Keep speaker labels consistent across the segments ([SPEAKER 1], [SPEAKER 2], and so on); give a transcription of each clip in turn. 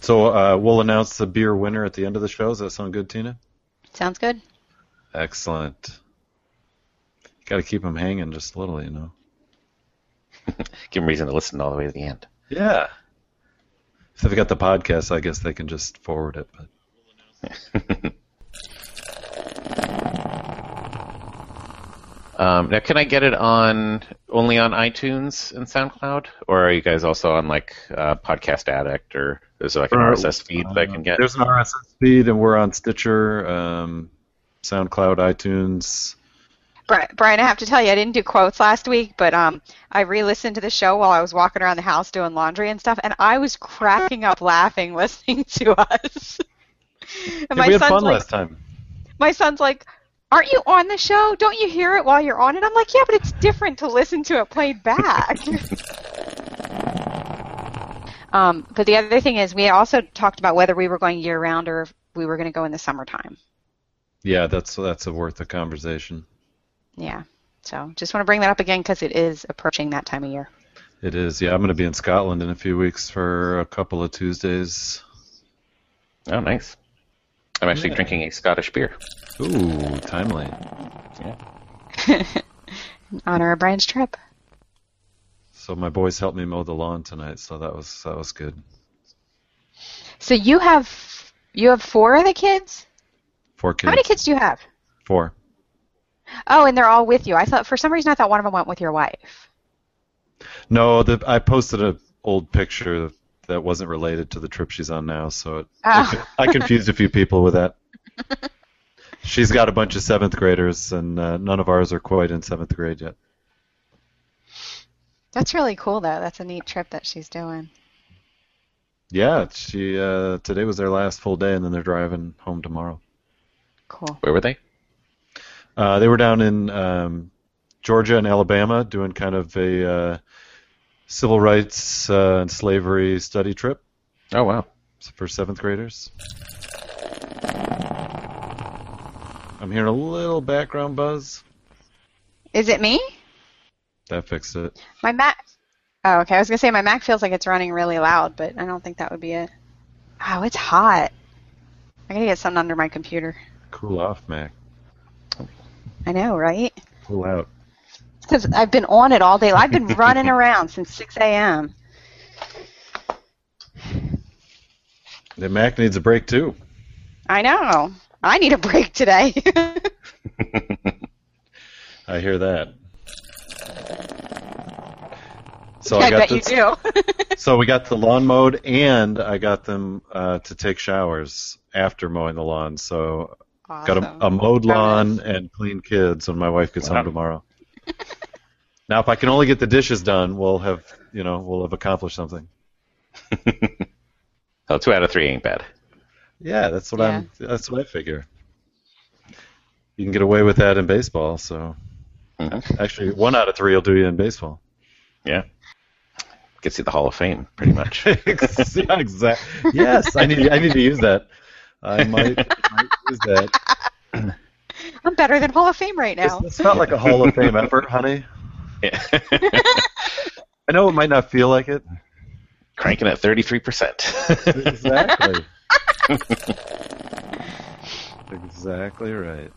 [SPEAKER 1] So uh, we'll announce the beer winner at the end of the show. Does that sound good, Tina?
[SPEAKER 2] Sounds good.
[SPEAKER 1] Excellent. Got to keep them hanging just a little, you know.
[SPEAKER 3] Give them reason to listen all the way to the end.
[SPEAKER 1] Yeah. If they've got the podcast, I guess they can just forward it. But
[SPEAKER 3] Um, now, can I get it on only on iTunes and SoundCloud, or are you guys also on like uh, Podcast Addict, or is there like an
[SPEAKER 1] Uh,
[SPEAKER 3] RSS feed that I can get?
[SPEAKER 1] there's an RSS feed, and we're on Stitcher, um, SoundCloud, iTunes.
[SPEAKER 2] Bri- Brian, I have to tell you, I didn't do quotes last week, but um, I re-listened to the show while I was walking around the house doing laundry and stuff, and I was cracking up laughing listening to us. and
[SPEAKER 1] Yeah, we had fun
[SPEAKER 2] like,
[SPEAKER 1] last time.
[SPEAKER 2] my son's like, "Aren't you on the show? Don't you hear it while you're on it?" I'm like, "Yeah, but it's different to listen to it played back." um, but the other thing is, we also talked about whether we were going year round or if we were going to go in the summertime.
[SPEAKER 1] Yeah, that's that's a worth a conversation.
[SPEAKER 2] Yeah. So just want to bring that up again because it is approaching that time of year.
[SPEAKER 1] It is. Yeah, I'm going to be in Scotland in a few weeks for a couple of Tuesdays.
[SPEAKER 3] Oh, nice. I'm actually drinking a Scottish beer.
[SPEAKER 1] Ooh, timely.
[SPEAKER 2] In honor of Brian's trip.
[SPEAKER 1] So my boys helped me mow the lawn tonight, so that was that was good.
[SPEAKER 2] So you have you have four other kids.
[SPEAKER 1] Four kids.
[SPEAKER 2] How many kids do you have?
[SPEAKER 1] Four.
[SPEAKER 2] Oh, and they're all with you. I thought for some reason I thought one of them went with your wife.
[SPEAKER 1] No, the, I posted a old picture that wasn't related to the trip she's on now, so it,
[SPEAKER 2] Oh.
[SPEAKER 1] I confused a few people with that. she's got a bunch of seventh graders, and uh, none of ours are quite in seventh grade yet.
[SPEAKER 2] That's really cool, though. That's a neat trip that she's doing.
[SPEAKER 1] Yeah, she uh, today was their last full day, and then they're driving home tomorrow.
[SPEAKER 2] Cool.
[SPEAKER 3] Where were they?
[SPEAKER 1] Uh, they were down in um, Georgia and Alabama doing kind of a uh, civil rights uh, and slavery study trip
[SPEAKER 3] Oh, wow.
[SPEAKER 1] for seventh graders. I'm hearing a little background buzz.
[SPEAKER 2] Is it me?
[SPEAKER 1] That fixed it.
[SPEAKER 2] My Mac. Oh, okay. I was gonna say my Mac feels like it's running really loud, but I don't think that would be it. Oh, it's hot. I gotta get something under my computer.
[SPEAKER 1] Cool off, Mac.
[SPEAKER 2] I know, right?
[SPEAKER 1] Cool out.
[SPEAKER 2] Because I've been on it all day. I've been running around since 6 a.m.
[SPEAKER 1] The Mac needs a break too.
[SPEAKER 2] I know. I need a break today.
[SPEAKER 1] I hear that. So
[SPEAKER 2] I,
[SPEAKER 1] I got
[SPEAKER 2] bet
[SPEAKER 1] the,
[SPEAKER 2] you do.
[SPEAKER 1] So we got the lawn mowed, and I got them uh, to take showers after mowing the lawn. So
[SPEAKER 2] awesome.
[SPEAKER 1] got a, um, a mowed lawn and clean kids when my wife gets
[SPEAKER 3] Wow.
[SPEAKER 1] home tomorrow. now, if I can only get the dishes done, we'll have you know we'll have accomplished something.
[SPEAKER 3] Oh, two out of three ain't bad.
[SPEAKER 1] Yeah, that's what I'm. That's what I figure. You can get away with that in baseball. So
[SPEAKER 3] Mhm.
[SPEAKER 1] actually, one out of three will do you in baseball.
[SPEAKER 3] Yeah. Gets you the Hall of Fame, pretty much.
[SPEAKER 1] yeah, exactly. Yes, I need. I need to use that. I might, might use that.
[SPEAKER 2] I'm better than Hall of Fame right now.
[SPEAKER 1] It's not like a Hall of Fame effort, honey.
[SPEAKER 3] Yeah.
[SPEAKER 1] I know it might not feel like it.
[SPEAKER 3] Cranking at 33%.
[SPEAKER 1] Exactly. exactly right.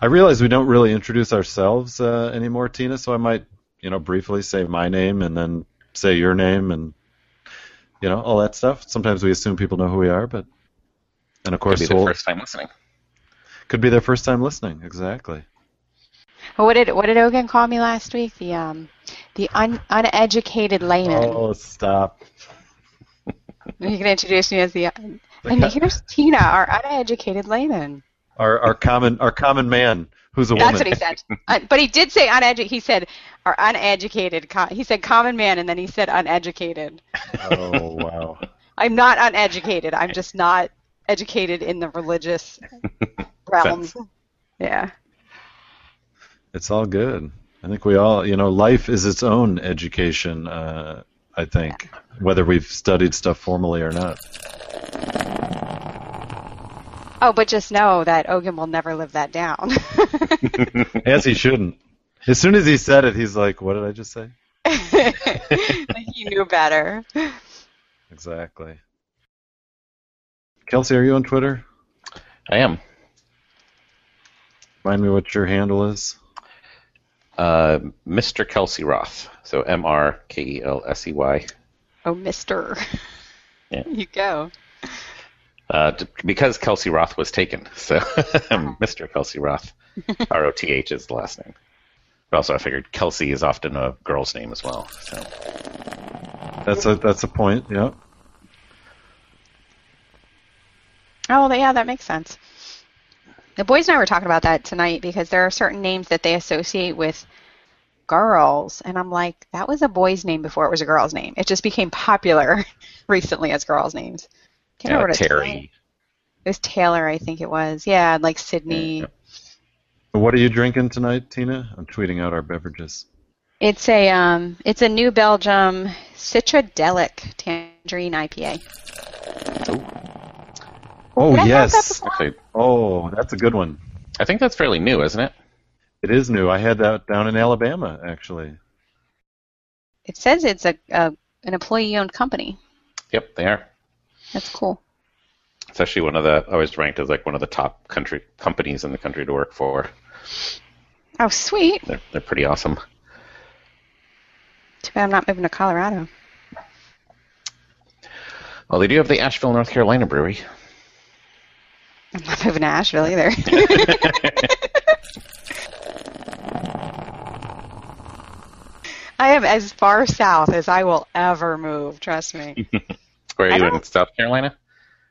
[SPEAKER 1] I realize we don't really introduce ourselves uh, anymore, Tina. So I might, you know, briefly say my name and then say your name and, you know, all that stuff. Sometimes we assume people know who we are, but and of
[SPEAKER 3] Could
[SPEAKER 1] course,
[SPEAKER 3] be the
[SPEAKER 1] we'll-
[SPEAKER 3] first time listening.
[SPEAKER 1] could be their first time listening. Exactly.
[SPEAKER 2] What did what did Ogan call me last week? The um, the un, uneducated layman.
[SPEAKER 1] Oh, stop.
[SPEAKER 2] You can introduce me as the. uh, And here's Tina, our uneducated layman.
[SPEAKER 1] Our, our common our common man who's a woman.
[SPEAKER 2] That's what he said. Uh, but he did say uneducated. He said our uneducated. Co- he said common man, and then he said uneducated.
[SPEAKER 1] Oh wow.
[SPEAKER 2] I'm not uneducated. I'm just not educated in the religious realm. Yeah.
[SPEAKER 1] It's all good. I think we all, you know, life is its own education. Uh, I think whether we've studied stuff formally or not.
[SPEAKER 2] Oh, but just know that Ogan will never live that down.
[SPEAKER 1] As he shouldn't. As soon as he said it, he's like, "What did I just say?"
[SPEAKER 2] like he knew better.
[SPEAKER 1] exactly. Kelsey, are you on Twitter?
[SPEAKER 3] I am.
[SPEAKER 1] Remind me what your handle is.
[SPEAKER 3] Uh, Mr. Kelsey Roth. So M R K E L S E Y.
[SPEAKER 2] Oh, Mister.
[SPEAKER 3] Yeah.
[SPEAKER 2] You go.
[SPEAKER 3] Uh, d- because Kelsey Roth was taken. So
[SPEAKER 2] Oh.
[SPEAKER 3] Mr. Kelsey Roth. R O T H is the last name. But also, I figured Kelsey is often a girl's name as well. So
[SPEAKER 1] That's a that's a point. Yeah.
[SPEAKER 2] Oh, yeah, that makes sense. The boys and I were talking about that tonight because there are certain names that they associate with girls, and I'm like, that was a boy's name before it was a girl's name. It just became popular recently as girls' names. Can't
[SPEAKER 3] yeah,
[SPEAKER 2] remember what it's called.
[SPEAKER 3] Terry.
[SPEAKER 2] It was Taylor, I think it was. Yeah, and, like Sydney.
[SPEAKER 3] Yeah.
[SPEAKER 1] What are you drinking tonight, Tina? I'm tweeting out our beverages.
[SPEAKER 2] It's a um, it's a New Belgium Citradelic Tangerine IPA.
[SPEAKER 1] Oh
[SPEAKER 2] Did I have that
[SPEAKER 1] yes.
[SPEAKER 2] before?
[SPEAKER 3] Actually,
[SPEAKER 1] Oh, that's a good one.
[SPEAKER 3] I think that's fairly new, isn't it?
[SPEAKER 1] It is new. I had that down in Alabama actually.
[SPEAKER 2] It says it's a, a an employee-owned company.
[SPEAKER 3] Yep, they are.
[SPEAKER 2] That's cool.
[SPEAKER 3] It's actually one of the always ranked as like one of the top country companies in the country to work for.
[SPEAKER 2] Oh, sweet.
[SPEAKER 3] They're they're pretty awesome.
[SPEAKER 2] Too bad I'm not moving to Colorado.
[SPEAKER 3] Well, they do have the Asheville, North Carolina brewery.
[SPEAKER 2] I'm not moving to Asheville either. I am as far south as I will ever move. Trust me.
[SPEAKER 3] Where
[SPEAKER 2] I
[SPEAKER 3] are you in
[SPEAKER 2] don't-
[SPEAKER 3] South Carolina?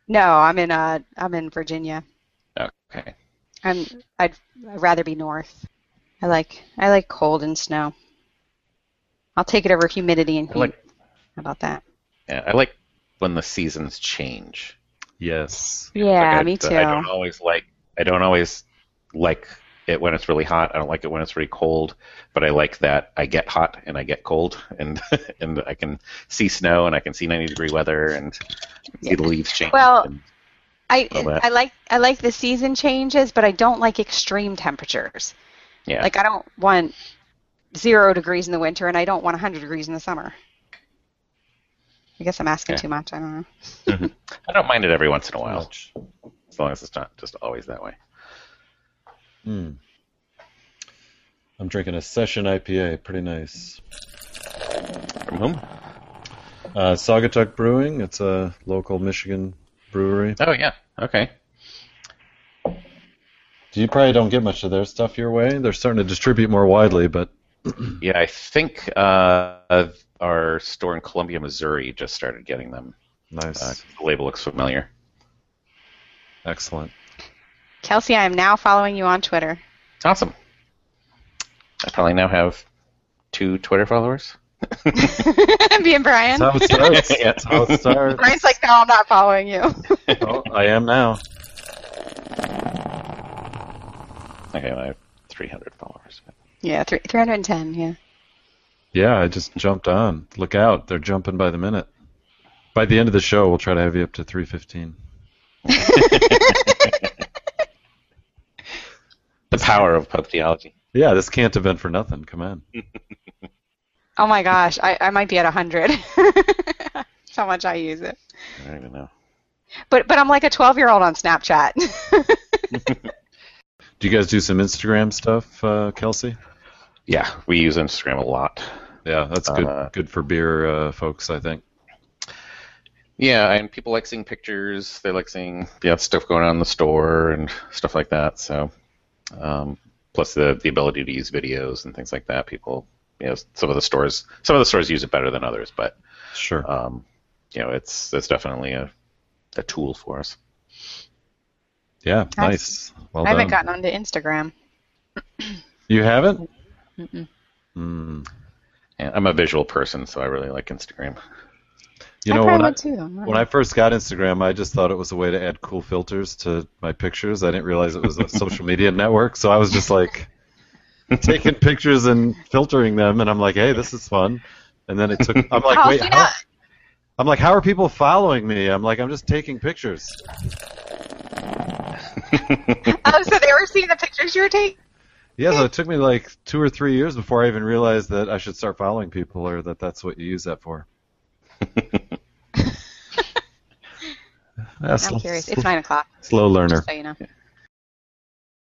[SPEAKER 2] No, I'm in uh, I'm in Virginia.
[SPEAKER 3] Okay.
[SPEAKER 2] I'm I'd, I'd rather be north. I like I like cold and snow. I'll take it over humidity and
[SPEAKER 3] I
[SPEAKER 2] heat.
[SPEAKER 3] like
[SPEAKER 2] How about that?
[SPEAKER 3] yeah, I like when the seasons change.
[SPEAKER 1] Yes.
[SPEAKER 2] Yeah,
[SPEAKER 3] Like, I-
[SPEAKER 2] me too.
[SPEAKER 3] I don't always like I don't always like it when it's really hot. I don't like it when it's really cold, but I like that I get hot and I get cold and and I can see snow and I can see 90 degree weather and see the leaves change.
[SPEAKER 2] Well-
[SPEAKER 3] and-
[SPEAKER 2] I
[SPEAKER 3] Well, that-
[SPEAKER 2] I like I like the season changes, but I don't like extreme temperatures.
[SPEAKER 3] yeah.
[SPEAKER 2] Like I don't want zero degrees in the winter, and I don't want 100 degrees in the summer. I guess I'm asking
[SPEAKER 3] Yeah.
[SPEAKER 2] too much. I don't know.
[SPEAKER 3] I don't mind it every once in a while,
[SPEAKER 1] Much.
[SPEAKER 3] as long as it's not just always that way.
[SPEAKER 1] Hmm. I'm drinking a session IPA. Pretty nice.
[SPEAKER 3] From whom?
[SPEAKER 1] Uh, Saugatuck Brewing. It's a local Michigan brewery.
[SPEAKER 3] Oh yeah. Okay.
[SPEAKER 1] You probably don't get much of their stuff your way. They're starting to distribute more widely, but
[SPEAKER 3] Yeah, I think uh, our store in Columbia, Missouri, just started getting them.
[SPEAKER 1] nice,
[SPEAKER 3] Uh, the label looks familiar.
[SPEAKER 1] excellent.
[SPEAKER 2] Kelsey, I am now following you on Twitter.
[SPEAKER 3] Awesome. I probably now have two Twitter followers.
[SPEAKER 2] Me and Brian.
[SPEAKER 1] That's how it starts.
[SPEAKER 3] Yeah.
[SPEAKER 1] That's how it starts.
[SPEAKER 2] Brian's like, no, I'm not following you.
[SPEAKER 1] Oh, I am now.
[SPEAKER 3] Okay, I have 300 followers.
[SPEAKER 2] yeah, three, 310. Yeah.
[SPEAKER 1] Yeah, I just jumped on. Look out, they're jumping by the minute. By the end of the show, we'll try to have you up to 315.
[SPEAKER 3] The power of pub theology.
[SPEAKER 1] Yeah, this can't have been for nothing. Come on.
[SPEAKER 2] Oh my gosh, I, I might be at 100. That's how much I use it.
[SPEAKER 3] I don't even know.
[SPEAKER 2] But but I'm like a 12 year old on Snapchat.
[SPEAKER 1] Do you guys do some Instagram stuff, uh, Kelsey?
[SPEAKER 3] Yeah, we use Instagram a lot.
[SPEAKER 1] Yeah, that's good.
[SPEAKER 3] Uh,
[SPEAKER 1] good for beer uh, folks, I think.
[SPEAKER 3] Yeah, and people like seeing pictures. They like seeing yeah stuff going on in the store and stuff like that. So, um, plus the the ability to use videos and things like that. People, you know, some of the stores some of the stores use it better than others, but
[SPEAKER 1] Sure.
[SPEAKER 3] um, you know, it's it's definitely a a tool for us.
[SPEAKER 1] yeah, nice. Well
[SPEAKER 2] I haven't
[SPEAKER 1] done.
[SPEAKER 2] gotten onto Instagram.
[SPEAKER 1] you haven't? Mm.
[SPEAKER 3] Yeah, I'm a visual person, so I really like Instagram.
[SPEAKER 1] You
[SPEAKER 2] I
[SPEAKER 1] know
[SPEAKER 2] probably
[SPEAKER 1] what? I-
[SPEAKER 2] would too. I'm not-
[SPEAKER 1] When I first got Instagram, I just thought it was a way to add cool filters to my pictures. I didn't realize it was a social media network, so I was just like taking pictures and filtering them, and I'm like, hey, this is fun. And then it took. I'm like,
[SPEAKER 2] Oh,
[SPEAKER 1] wait,
[SPEAKER 2] you know-
[SPEAKER 1] how? I'm like, how are people following me? I'm like, I'm just taking pictures.
[SPEAKER 2] Oh, so they were seeing the pictures you were taking?
[SPEAKER 1] Yeah, so it took me like two or three years before I even realized that I should start following people or that that's what you use that for. Yeah,
[SPEAKER 2] I'm
[SPEAKER 1] slow-
[SPEAKER 2] curious.
[SPEAKER 1] slow-
[SPEAKER 2] It's nine o'clock,
[SPEAKER 1] Slow learner.
[SPEAKER 2] just so you know.